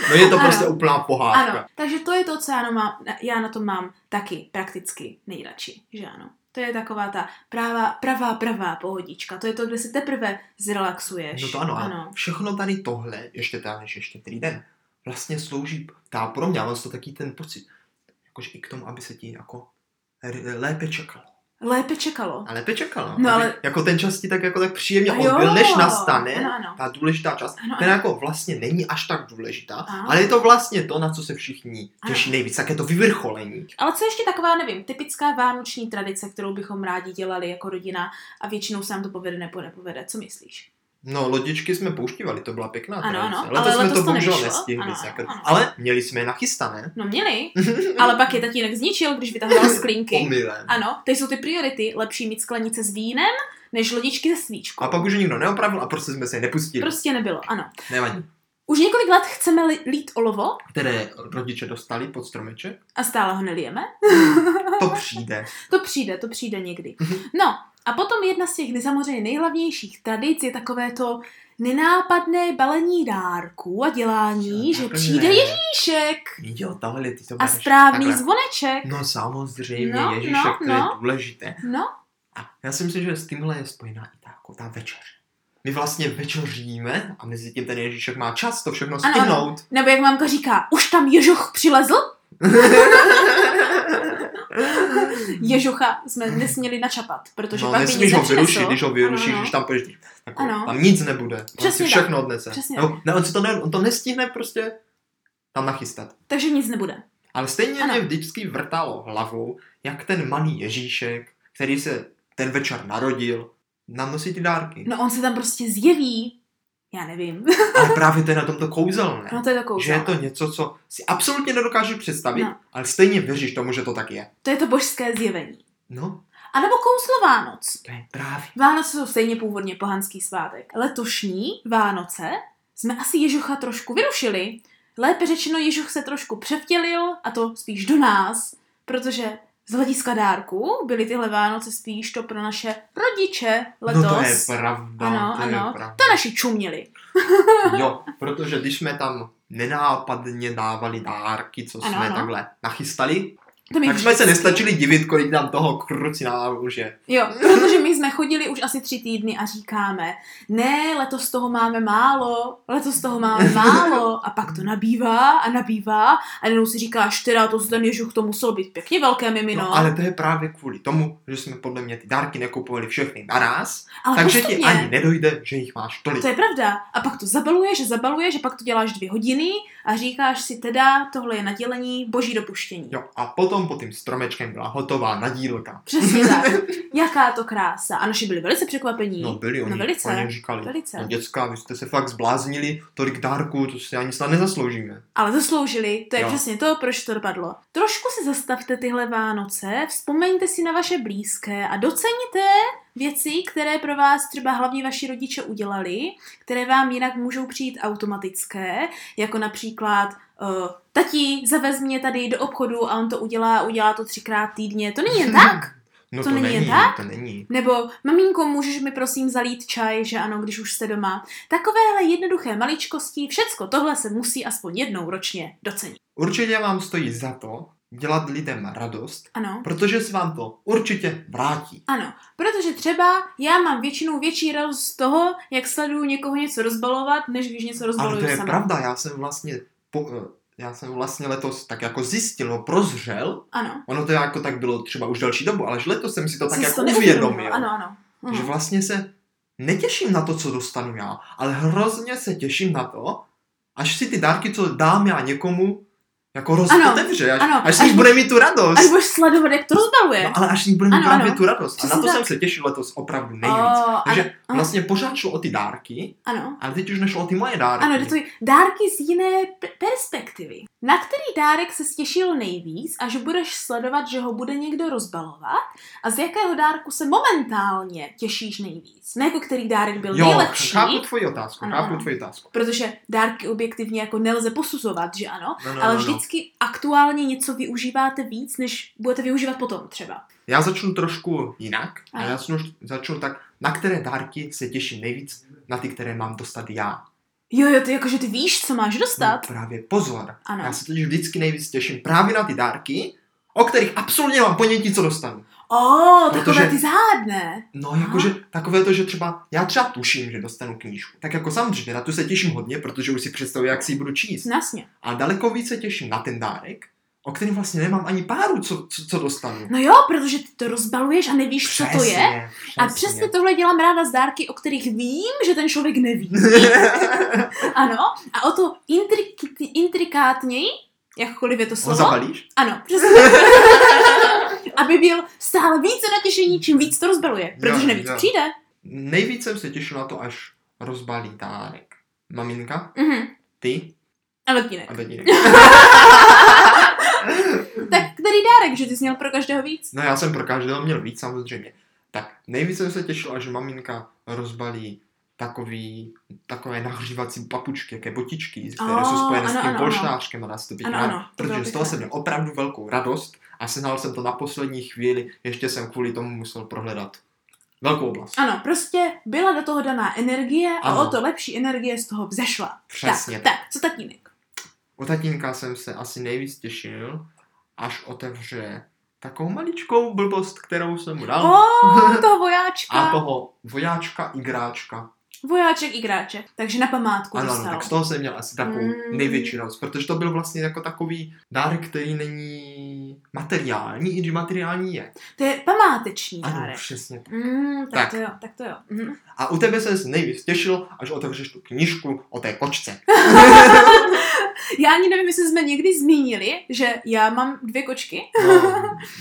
S1: No je to
S2: Ano.
S1: prostě úplná pohádka.
S2: Ano, takže to je to, co já na, mám, já na tom mám taky prakticky nejradši, že ano. To je taková ta pravá, pravá, pravá pohodička. To je to, kde se teprve zrelaxuješ.
S1: No to ano,
S2: ano.
S1: ano. Všechno tady tohle, ještě teda než ještě ten den, vlastně slouží, ta pro mě, ale to taky ten pocit, jakože i k tomu, aby se ti jako r- lépe čekalo.
S2: Lépe čekalo.
S1: A lépe čekalo. aby,
S2: No ale-
S1: Jako ten čas ti tak jako tak příjemně
S2: A jo,
S1: odbyl, než nastane
S2: Ano, ano.
S1: ta důležitá část,
S2: Ano,
S1: která jako vlastně není až tak důležitá,
S2: Ano.
S1: ale je to vlastně to, na co se všichni
S2: Ano.
S1: těší nejvíc, tak je to vyvrcholení.
S2: Ale co ještě taková, nevím, typická vánoční tradice, kterou bychom rádi dělali jako rodina a většinou se nám to povede nebo nepovede. Co myslíš?
S1: No, lodičky jsme pouštěvali, to byla pěkná
S2: Ano,
S1: tradice.
S2: ano,
S1: letos
S2: ale
S1: jsme
S2: letos
S1: to
S2: to
S1: bohužel
S2: nevyšlo.
S1: nestihli,
S2: Ano,
S1: sakra.
S2: ano, ano.
S1: ale měli jsme je nachystané.
S2: No měli,
S1: (laughs)
S2: ale pak je tatínek zničil, když vytahoval sklinky.
S1: Omylem.
S2: Ano, teď jsou ty priority. Lepší mít sklenice s vínem, než lodičky se svíčkou.
S1: A pak už je nikdo neopravil a prostě jsme se je nepustili. Prostě...
S2: Prostě nebylo, ano.
S1: Nevadí.
S2: Už několik let chceme li- lít olovo
S1: Které rodiče dostali pod stromeček?
S2: a stále ho nelijeme.
S1: To přijde.
S2: To přijde, to přijde někdy.
S1: Mhm.
S2: No, a potom jedna z těch ne- samozřejmě nejhlavnějších tradic je takové to nenápadné balení dárků a dělání, že přijde Ježíšek
S1: Jo, tahle ty to
S2: a
S1: bereš.
S2: správný
S1: Takhle.
S2: zvoneček.
S1: No samozřejmě,
S2: No,
S1: no, Ježíšek,
S2: no,
S1: no, to je
S2: no.
S1: důležité.
S2: No,
S1: A já si myslím, že s tímhle je spojená i ta, jako ta večeře. My vlastně večeříme a mezi tím ten Ježíšek má čas to všechno
S2: Ano, ano.
S1: stihnout.
S2: nebo jak mámka říká, už tam Ježoch přilezl. Ježocha jsme nesměli načapat, protože
S1: Mhm. no,
S2: pak by nic
S1: nesmíš ho
S2: nepřinesl.
S1: vyrušit, když ho vyrušíš,
S2: Ano, ano.
S1: když tam půjdeš. Jako,
S2: Ano.
S1: Tam nic nebude. On
S2: Přesně
S1: si
S2: tak.
S1: všechno odnese.
S2: Přesně
S1: No, ne, on, si to ne, on to nestihne prostě tam nachystat.
S2: Takže nic nebude.
S1: Ale stejně
S2: Ano.
S1: mě vždycky vrtalo hlavou, jak ten malý Ježíšek, který se ten večer narodil, nám nosí ty dárky.
S2: No on se tam prostě zjeví. Já nevím. (laughs)
S1: Ale právě to je na tomto kouzelné.
S2: No to je to kouzlo.
S1: Že je to něco, co si absolutně nedokážu představit,
S2: No.
S1: ale stejně věříš tomu, že to tak je.
S2: to je to božské zjevení.
S1: No,
S2: A nebo kouzlo Vánoc.
S1: to je právě.
S2: Vánoce jsou stejně původně pohanský svátek. Letošní Vánoce jsme asi Ježucha trošku vyrušili. Lépe řečeno, Ježuch se trošku převtělil, a to spíš do nás, protože z hlediska dárků byly tyhle Vánoce spíš to pro naše rodiče letos.
S1: No to je pravda,
S2: Ano,
S1: to
S2: ano.
S1: je pravda.
S2: to naši čuměli.
S1: Jo, protože když jsme tam nenápadně dávali dárky, co
S2: Ano,
S1: jsme
S2: ano.
S1: takhle nachystali,
S2: To my
S1: tak jsme se
S2: vždycky-
S1: nestačili divit, kolik tam toho krucinálu už je.
S2: Jo, protože my jsme chodili už asi tři týdny a říkáme, ne, letos toho máme málo, letos toho máme málo a pak to nabývá a nabývá a jenom si říkáš, teda to ten ježuch to muselo být pěkně velké mimino.
S1: No, ale to je právě kvůli tomu, že jsme podle mě ty dárky nekupovali všechny naraz,
S2: ale
S1: takže
S2: postupně,
S1: ti ani nedojde, že jich máš tolik.
S2: to je pravda. A pak to zabaluješ a zabaluješ a pak to děláš dvě hodiny a říkáš si teda, tohle je nadělení boží dopuštění.
S1: Jo, a potom pod tím stromečkem byla hotová nadílka. (laughs)
S2: Přesně tak. Jaká to krása. A naši byli velice překvapení.
S1: No byli oni,
S2: no velice,
S1: oni říkali.
S2: velice.
S1: No děcka, vy jste se fakt zbláznili, tolik dárků, to si ani snad nezasloužíme.
S2: Ale zasloužili, to je
S1: Jo.
S2: jo. přesně to, proč to dopadlo. Trošku si zastavte tyhle Vánoce, vzpomeňte si na vaše blízké a doceňte věci, které pro vás třeba hlavně vaši rodiče udělali, které vám jinak můžou přijít automatické, jako například uh, tatí, zavez mě tady do obchodu a on to udělá, udělá to třikrát týdně. To není jen tak.
S1: No
S2: To
S1: to,
S2: není
S1: není,
S2: jen tak?
S1: to není.
S2: Nebo maminko, můžeš mi prosím zalít čaj, že ano, když už jste doma. Takovéhle jednoduché maličkosti, všecko tohle se musí aspoň jednou ročně docenit.
S1: Určitě vám stojí za to dělat lidem radost,
S2: Ano.
S1: protože se vám to určitě vrátí.
S2: Ano, protože třeba já mám většinou větší radost z toho, jak sleduju někoho něco rozbalovat, než když něco
S1: Ale
S2: rozbaluju
S1: to je
S2: sama.
S1: pravda, já jsem vlastně po, eh, já jsem vlastně letos tak jako zjistil, no, prozřel,
S2: Ano.
S1: ono to jako tak bylo třeba už další dobu, ale až letos jsem si to tak
S2: Jsi
S1: jako
S2: to neuvědomila.
S1: uvědomil.
S2: Ano, ano.
S1: Že
S2: Mhm.
S1: vlastně se netěším na to, co dostanu já, ale hrozně se těším na to, až si ty dárky, co dám já někomu, jako
S2: Ano,
S1: rozotevře, až,
S2: ano,
S1: až,
S2: až
S1: až bude mít tu radost.
S2: Až budeš sledovat, jak to rozbaluje.
S1: No, ale až s ní budeme
S2: Ano,
S1: mít právě
S2: ano.
S1: tu radost. A
S2: Přesně
S1: na to
S2: tak.
S1: jsem se těšil letos opravdu
S2: O,
S1: nejvíc. Takže
S2: ano, ano.
S1: vlastně pořád šlo o ty dárky,
S2: ano.
S1: ale teď už nešlo o ty moje dárky.
S2: Ano, jde to dárky z jiné p- perspektivy. Na který dárek se stěšil nejvíc, až budeš sledovat, že ho bude někdo rozbalovat a z jakého dárku se momentálně těšíš nejvíc. Ne jako který dárek byl
S1: jo,
S2: nejlepší,
S1: chápu tvoji otázku,
S2: Ano,
S1: chápu
S2: ano.
S1: tvoji otázku.
S2: protože dárky objektivně jako nelze posuzovat, že ano,
S1: No, no,
S2: ale
S1: no, no.
S2: vždycky aktuálně něco využíváte víc, než budete využívat potom třeba.
S1: Já začnu trošku jinak a
S2: Ano.
S1: já začnu, začnu tak, na které dárky se těším nejvíc, na ty, které mám dostat já.
S2: Jo, jo, ty jakože ty víš, co máš dostat.
S1: No, právě pozor.
S2: Ano.
S1: Já se totiž vždycky nejvíc těším právě na ty dárky, o kterých absolutně mám ponětí, co dostanu.
S2: O, takové
S1: Protože-
S2: ty záhadné.
S1: No, jakože takové to, že třeba já třeba tuším, že dostanu knížku. Tak jako samozřejmě, na tu se těším hodně, protože už si představuji, jak si ji budu číst.
S2: Jasně.
S1: A daleko více těším na ten dárek, o kterém vlastně nemám ani páru, co, co, co dostanu.
S2: No jo, protože ty to rozbaluješ a nevíš, co to je. A přesně tohle dělám ráda z dárky, o kterých vím, že ten
S1: (laughs)
S2: člověk neví. Ano, a o to intrik- intrikátněji, jakkoliv je to
S1: Ho
S2: slovo,
S1: zabalíš?
S2: Ano, přesně.
S1: (laughs)
S2: Aby byl stále více natěšení, čím víc to rozbaluje. Protože
S1: Jo,
S2: nevíc
S1: jo.
S2: přijde.
S1: Nejvíc jsem se těšil na to, až rozbalí dárek. Maminka,
S2: Mhm.
S1: ty
S2: A letínek.
S1: a
S2: (laughs)
S1: tatínek.
S2: Tak který dárek, že ty jsi měl pro každého víc?
S1: No já jsem pro každého měl víc samozřejmě. Tak nejvíc jsem se těšil, až maminka rozbalí takový, takové nahřívací papučky, jaké botičky, které
S2: Oh,
S1: jsou spojené
S2: ano,
S1: s tím
S2: ano,
S1: polštářkem a nastupičkem.
S2: Ano, ano, to bylo
S1: protože z toho
S2: pěkné.
S1: jsem měl opravdu velkou radost a sehnal jsem to na poslední chvíli, ještě jsem kvůli tomu musel prohledat velkou oblast.
S2: Ano, prostě byla do toho daná energie a
S1: Ano.
S2: o to lepší energie z toho vzešla.
S1: Přesně.
S2: Tak, tak, co tatínek?
S1: U tatínka jsem se asi nejvíc těšil, až otevře takovou maličkou (laughs) blbost, kterou jsem mu dal.
S2: O, toho vojáčka.
S1: A toho vojáčka, igráčka.
S2: Vojáček i gráče. Takže na památku
S1: Ano, no,
S2: dostal.
S1: tak z toho jsem měl asi takovou
S2: Mm.
S1: největší radost, protože to byl vlastně jako takový dárek, který není materiální, i když materiální je.
S2: To je památeční
S1: Ano,
S2: dárek.
S1: přesně. tak.
S2: Mm, tak,
S1: Tak.
S2: tak to jo, tak to jo. Mhm.
S1: A u tebe se nejvíc těšil, až otevřeš tu knižku o té
S2: (laughs)
S1: kočce.
S2: Já ani nevím, jestli jsme někdy zmínili, že já mám dvě kočky.
S1: No,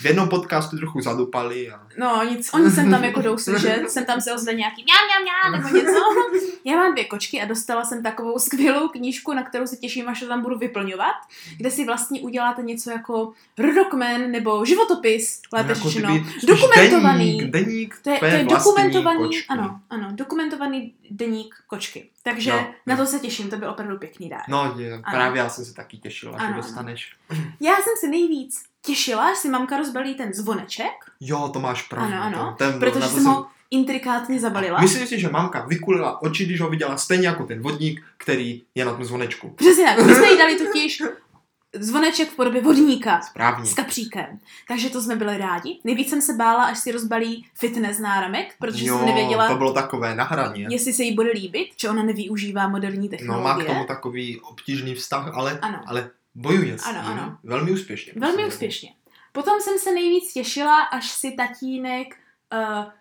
S1: v jednom podcastu trochu zadupali a
S2: No nic, oni sem tam
S1: (laughs)
S2: jako jdou slyšet, sem tam se ozve nějaký mňam, mňam, mňam, nebo něco. Já mám dvě kočky a dostala jsem takovou skvělou knížku, na kterou se těším, až to tam budu vyplňovat, kde si vlastně uděláte něco jako rodokmen nebo životopis, lépe jako řečeno.
S1: kdyby- spíš
S2: dokumentovaný.
S1: Deník, deník
S2: To je, to
S1: tvé
S2: je
S1: vlastní
S2: dokumentovaný,
S1: kočky.
S2: ano, ano, dokumentovaný deník kočky. Takže
S1: No,
S2: na
S1: no.
S2: to se těším, to byl opravdu pěkný dár.
S1: No, je, právě já jsem se taky těšil, až
S2: Ano,
S1: ho
S2: ano.
S1: dostaneš.
S2: Já jsem se nejvíc těšila, až si mamka rozbalí ten zvoneček,
S1: Jo, to máš pravdu.
S2: Ano, ano,
S1: to- ten,
S2: protože
S1: na to
S2: jsem ho intrikátně zabalila.
S1: Myslím si, že mamka vykulila oči, když ho viděla stejně jako ten vodník, který je na tom zvonečku.
S2: Přesně tak, my jsme jí dali totiž zvoneček v podobě vodníka
S1: Správně.
S2: s kapříkem. Takže to jsme byli rádi. Nejvíc jsem se bála, až si rozbalí fitness náramek, protože
S1: jo,
S2: jsem nevěděla,
S1: to bylo takové na hraně.
S2: jestli se jí bude líbit, že ona nevyužívá moderní
S1: No,
S2: technologie.
S1: má k tomu takový obtížný vztah, ale,
S2: Ano.
S1: ale bojuje s
S2: Ano,
S1: tím.
S2: ano.
S1: Velmi úspěšně.
S2: Velmi
S1: musím
S2: úspěšně. Potom jsem se nejvíc těšila, až si tatínek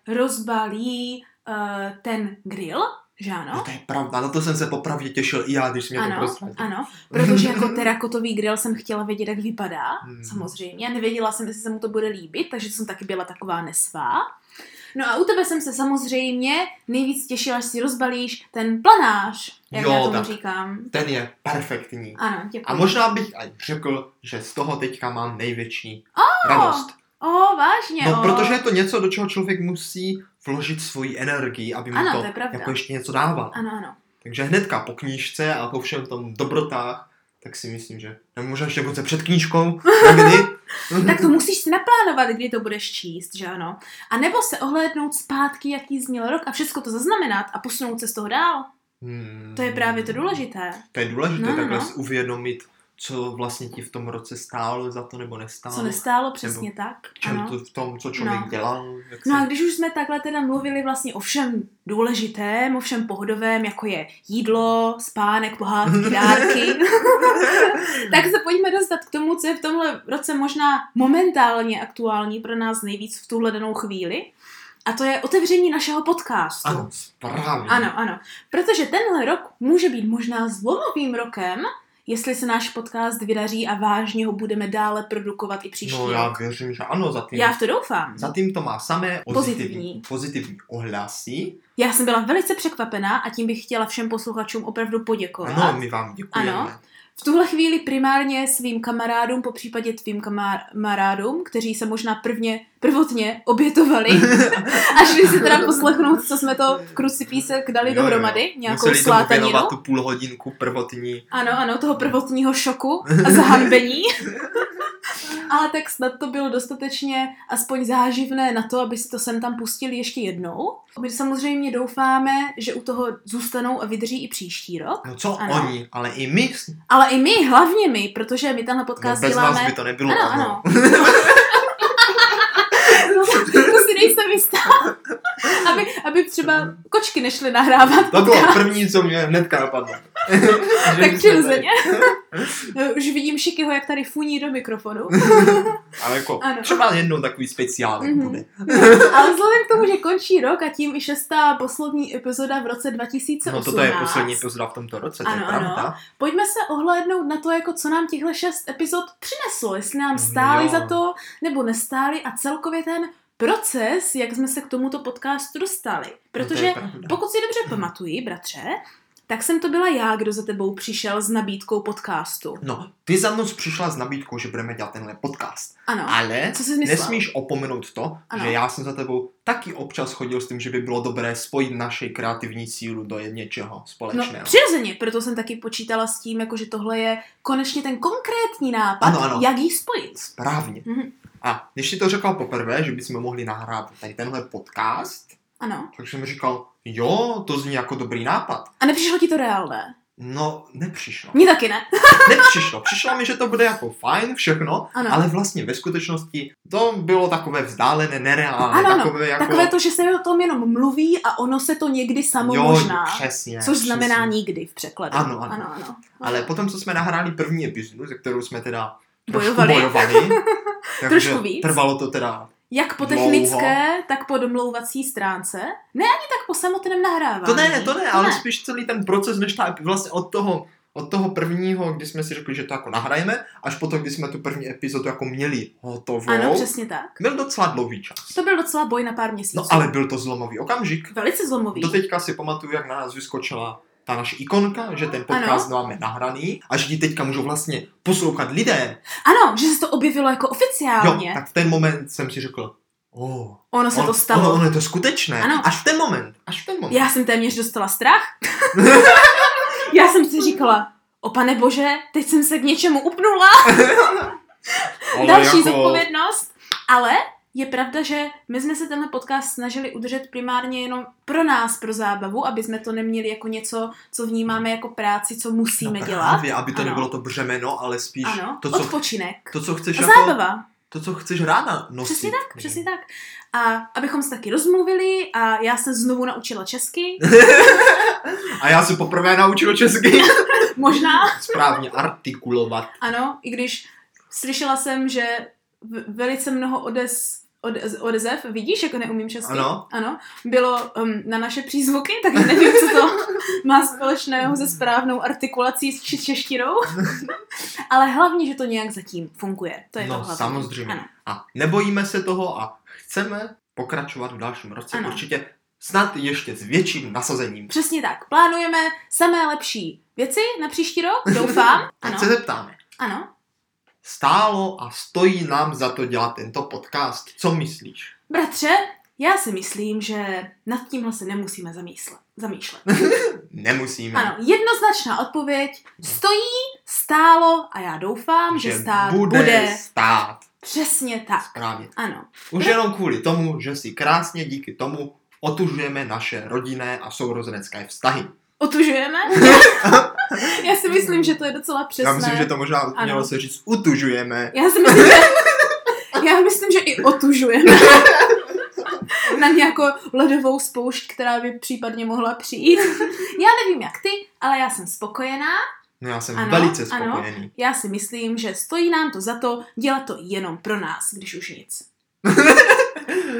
S2: uh, rozbalí uh, ten grill, že
S1: říct. No
S2: ano?
S1: to je pravda, na to jsem se popravdě těšil i já, když jsem mě to prostě-
S2: Ano,
S1: prozradil.
S2: ano, protože jako terakotový grill jsem chtěla vědět, jak vypadá,
S1: Hmm.
S2: samozřejmě. Nevěděla jsem, jestli se mu to bude líbit, takže jsem taky byla taková nesvá. No a u tebe jsem se samozřejmě nejvíc těšila, až si rozbalíš ten planář, jak
S1: Jo,
S2: já tomu
S1: tak.
S2: říkám.
S1: Ten je perfektní.
S2: Ano, děkuji.
S1: A možná bych aj řekl, že z toho teďka mám největší radost.
S2: O, vážně,
S1: No,
S2: o.
S1: protože je to něco, do čeho člověk musí vložit svoji energii, aby mu
S2: Ano,
S1: to,
S2: to je pravda.
S1: jako ještě něco dával.
S2: Ano, ano.
S1: Takže hnedka po knížce a po všem tom dobrotách, tak si myslím, že nebo možná ještě dokonce před
S2: (laughs)
S1: knížkou, někdy.
S2: Tak to musíš si naplánovat, kdy to budeš číst, že ano? A nebo se ohlédnout zpátky, jaký zněl rok a všechno to zaznamenat a posunout se z toho dál.
S1: (laughs) Hmm.
S2: To je právě to důležité.
S1: To je důležité
S2: No, no,
S1: takhle
S2: no.
S1: si uvědomit, co vlastně ti v tom roce stálo za to nebo nestálo.
S2: Co nestálo přesně tak.
S1: Čem
S2: Ano.
S1: to v tom, co člověk
S2: No.
S1: dělal. Jak
S2: No a
S1: se...
S2: když už jsme takhle teda mluvili vlastně o všem důležitém, o všem pohodovém, jako je jídlo, spánek,
S1: (laughs)
S2: pohádky, dárky, tak se pojďme dostat k tomu, co je v tomhle roce možná momentálně aktuální pro nás nejvíc v tuhle danou chvíli. A to je otevření našeho podcastu.
S1: Ano, správně.
S2: Ano, ano. Protože tenhle rok může být možná zlomovým rokem, jestli se náš podcast vydaří a vážně ho budeme dále produkovat i příští
S1: No já
S2: rok.
S1: věřím, že ano, za tím,
S2: Já v to doufám.
S1: za tím to má samé pozitivní,
S2: Pozitivní.
S1: pozitivní ohlasy.
S2: Já jsem byla velice překvapená a tím bych chtěla všem posluchačům opravdu poděkovat.
S1: Ano, my vám děkujeme.
S2: Ano. V tuhle chvíli primárně svým kamarádům, po případě tvým kamar- kamarádům, kteří se možná prvně, prvotně
S1: (laughs)
S2: obětovali a šli si teda poslechnout, co jsme to v krucipísek dali
S1: Jo, jo.
S2: dohromady, nějakou
S1: Museli tomu
S2: slátaninu.
S1: věnovat tu půl hodinku prvotní.
S2: Ano, ano,
S1: Hmm.
S2: toho prvotního
S1: (laughs)
S2: šoku a zahambení. (laughs) Ale tak snad to bylo dostatečně aspoň záživné na to, aby si to sem tam pustili ještě jednou. My samozřejmě doufáme, že u toho zůstanou a vydrží i příští rok.
S1: No co
S2: Ano.
S1: oni, ale i my.
S2: Ale i my, hlavně my, protože my tenhle
S1: No,
S2: podcast
S1: bez
S2: děláme...
S1: nás by to nebylo.
S2: Ano,
S1: (laughs)
S2: ano. No, to si nejsem jistá. Aby, aby třeba kočky nešly nahrávat
S1: To bylo
S2: (laughs)
S1: první, co mě hnedka napadlo. (laughs) Že
S2: Tak
S1: my jsme
S2: přirozeně. (laughs)
S1: tady.
S2: Už vidím Šikyho, jak tady funí do mikrofonu.
S1: (laughs) Ale jako
S2: Ano.
S1: třeba jednou takový speciál
S2: Mhm.
S1: bude.
S2: Ale vzhledem k tomu, že končí rok a tím i šestá poslední epizoda v roce 2018,
S1: No toto je poslední epizoda v tomto roce, to je
S2: Ano,
S1: pravda.
S2: pojďme se ohlédnout na to, jako co nám těchto šest epizod přineslo, jestli nám stály
S1: No Jo.
S2: za to, nebo nestály a celkově ten proces, jak jsme se k tomuto podcastu dostali.
S1: No, to
S2: Protože
S1: je pravda.
S2: pokud si dobře pamatuji, bratře, tak jsem to byla já, kdo za tebou přišel s nabídkou podcastu.
S1: No, ty za mnou přišla s nabídkou, že budeme dělat tenhle podcast.
S2: Ano.
S1: Ale
S2: Co jsi myslel?
S1: nesmíš opomenout to,
S2: Ano.
S1: že já jsem za tebou taky občas chodil s tím, že by bylo dobré spojit naši kreativní sílu do něčeho
S2: No,
S1: společného.
S2: přirozeně, proto jsem taky počítala s tím, jako že tohle je konečně ten konkrétní nápad,
S1: Ano, ano.
S2: jak jí spojit.
S1: Správně.
S2: Mhm.
S1: A když si to řekla poprvé, že bychom mohli nahrát tady tenhle podcast,
S2: Ano.
S1: tak jsem říkal, jo, to zní jako dobrý nápad.
S2: A nepřišlo ti to reálné?
S1: No, nepřišlo.
S2: (laughs) Mně taky ne.
S1: Nepřišlo. Přišlo mi, že to bude jako fajn všechno,
S2: Ano.
S1: ale vlastně ve skutečnosti to bylo takové vzdálené, nereálné,
S2: Ano, ano.
S1: takové jako...
S2: Takové to, že se o tom jenom mluví a ono se to někdy samo
S1: jo,
S2: možná.
S1: přesně.
S2: Což znamená
S1: přesně.
S2: nikdy v překladu.
S1: Ano, ano.
S2: ano, ano.
S1: Ale potom, co jsme nahráli první epizodu, ze kterou jsme teda trošku
S2: Bojovali. (laughs)
S1: bojovali takže
S2: Trošku víc.
S1: trvalo to teda...
S2: Jak po
S1: Dlouho.
S2: technické, tak po domlouvací stránce. Ne ani tak po samotném nahrávání.
S1: To ne, to ne, ale spíš celý ten proces, než ta epi- vlastně od toho, od toho prvního, kdy jsme si řekli, že to jako nahrajeme, až potom, kdy jsme tu první epizodu jako měli hotovou,
S2: Ano, přesně tak.
S1: byl docela dlouhý čas.
S2: To byl docela boj na pár měsíců.
S1: No ale byl to zlomový okamžik.
S2: Velice zlomový.
S1: Do teďka si pamatuju, jak na nás vyskočila ta naše ikonka, že ten podcast máme nahraný a že ji teďka můžou vlastně poslouchat lidé.
S2: Ano, že se to objevilo jako
S1: Jo,
S2: oficiálně.
S1: tak v ten moment jsem si řekl, oh,
S2: ono se
S1: on-
S2: to stalo.
S1: Ono, ono je to skutečné.
S2: Ano.
S1: Až v ten moment. Až v ten moment.
S2: Já jsem téměř dostala strach. Já jsem si říkala, o pane bože, teď jsem se k něčemu upnula.
S1: Ale
S2: Další jako... zodpovědnost. Ale je pravda, že my jsme se tenhle podcast snažili udržet primárně jenom pro nás, pro zábavu, aby jsme to neměli jako něco, co vnímáme jako práci, co musíme
S1: no,
S2: dělat.
S1: Právě, aby to
S2: Ano.
S1: nebylo to břemeno, ale spíš
S2: Ano,
S1: to, co,
S2: odpočinek.
S1: to, co chceš
S2: A
S1: jako,
S2: zábava.
S1: to, co chceš ráda nosit.
S2: Přesně tak, přesně tak. A abychom se taky rozmluvili a já se znovu
S1: (laughs)
S2: naučila česky,
S1: A já se poprvé naučil česky (laughs)
S2: možná,
S1: správně artikulovat.
S2: ano, i když slyšela jsem, že v- velice mnoho odes, odes, odezev, vidíš, jako neumím česky,
S1: Ano.
S2: ano bylo um, na naše přízvuky, tak nevím, co to má společného se správnou artikulací s či-
S1: (laughs)
S2: češtinou, ale hlavně, že to nějak zatím funguje, to je
S1: No,
S2: to hlavně.
S1: samozřejmě.
S2: Ano.
S1: A nebojíme se toho a chceme pokračovat v dalším roce.
S2: Ano.
S1: Určitě snad ještě s větším nasazením.
S2: Přesně tak, plánujeme samé lepší věci na příští rok, doufám, ano,
S1: (laughs) Tak se zeptáme.
S2: ano.
S1: Stálo a stojí nám za to dělat tento podcast. Co myslíš?
S2: Bratře, já si myslím, že nad tímhle se nemusíme zamýšlet. zamýšlet.
S1: Nemusíme.
S2: Ano, jednoznačná odpověď stojí, stálo a já doufám, že, že stát bude. bude.
S1: stát.
S2: Přesně tak.
S1: Právě.
S2: Ano,
S1: Už jenom kvůli tomu, že si krásně díky tomu otužujeme naše rodinné a sourozenecké vztahy. (laughs)
S2: otužujeme. já si myslím, že to je docela přesné.
S1: Já myslím, že to možná ano. mělo se říct utužujeme.
S2: já si myslím, že... Já myslím, že
S1: (laughs)
S2: i otužujeme. Na nějakou ledovou spoušť, která by případně mohla přijít. Já nevím jak ty, ale já jsem spokojená.
S1: No já jsem
S2: Ano,
S1: ano, velice
S2: ano.
S1: spokojený.
S2: Já si myslím, že stojí nám to za to dělat to jenom pro nás, když už nic.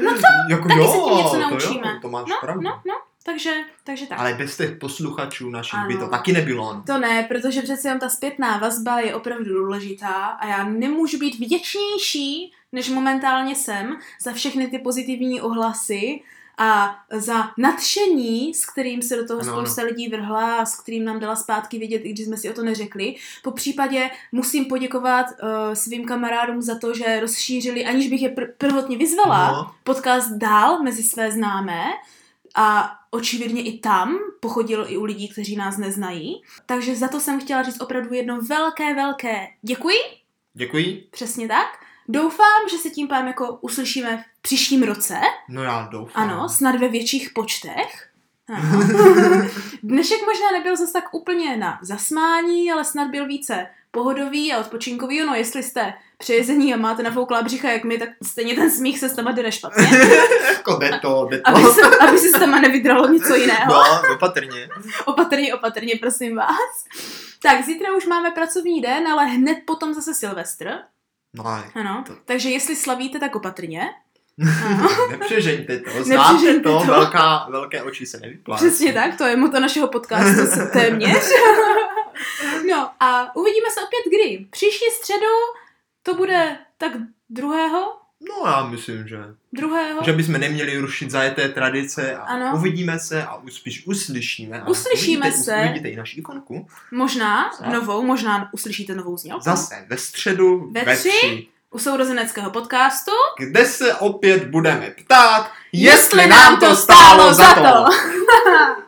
S2: No co?
S1: Jako
S2: Taky
S1: jo,
S2: se tím něco
S1: to
S2: naučíme.
S1: Jo, to máš
S2: No,
S1: pravdu.
S2: no, no, takže, takže tak.
S1: Ale bez těch posluchačů našich by
S2: Ano.
S1: to taky nebylo. No.
S2: To ne, protože přece jenom ta zpětná vazba je opravdu důležitá a já nemůžu být vděčnější, než momentálně jsem, za všechny ty pozitivní ohlasy a za nadšení, s kterým se do toho
S1: Ano,
S2: ano,
S1: ano.
S2: spousta lidí vrhla a s kterým nám dala zpátky vědět, i když jsme si o to neřekli. Po případě musím poděkovat uh, svým kamarádům za to, že rozšířili, aniž bych je pr- prvotně vyzvala,
S1: No,
S2: podcast dál mezi své známé a očividně i tam pochodil i u lidí, kteří nás neznají. Takže za to jsem chtěla říct opravdu jedno velké, velké děkuji,
S1: děkuji.
S2: přesně tak. Doufám, že se tím pádem jako uslyšíme v příštím roce,
S1: No já doufám.
S2: ano, snad ve větších počtech. Ano. Dnešek možná nebyl zase tak úplně na zasmání, ale snad byl více pohodový a odpočinkový. No, jestli jste přejezení a máte nafouklá břicha jak my, tak stejně ten smích se s tama jde špatně.
S1: (laughs) jako jde to, jde to.
S2: (laughs) Aby se,
S1: (laughs)
S2: aby se s tama nevydralo něco jiného.
S1: No, opatrně.
S2: Opatrně, opatrně, prosím vás. Tak, zítra už máme pracovní den, ale hned potom zase Silvestr.
S1: No,
S2: (laughs)
S1: ale
S2: Ano.
S1: To-
S2: Takže jestli slavíte, tak opatrně.
S1: (laughs)
S2: Ano.
S1: nepřežeňte to, znáte
S2: (laughs) Nepřežeňte
S1: to, no.
S2: to.
S1: Velká, velké oči se nevyplácí.
S2: Přesně tak, to je moto našeho
S1: (laughs)
S2: podcastu s- téměř. (laughs) No a uvidíme se opět kdy? Příští středu to bude tak druhého?
S1: No já myslím, že,
S2: Druhého?
S1: že bychom neměli rušit zajeté tradice a
S2: Ano.
S1: uvidíme se a spíš uslyšíme. A
S2: Uslyšíme
S1: uvidíte,
S2: se.
S1: Uvidíte i naši ikonku.
S2: Možná
S1: Za-
S2: novou, možná uslyšíte novou znělku.
S1: Zase ve středu
S2: Ve
S1: ve
S2: tři?
S1: tři.
S2: U sourozeneckého podcastu.
S1: kde se opět budeme ptát,
S2: Jestli nám to stálo za to.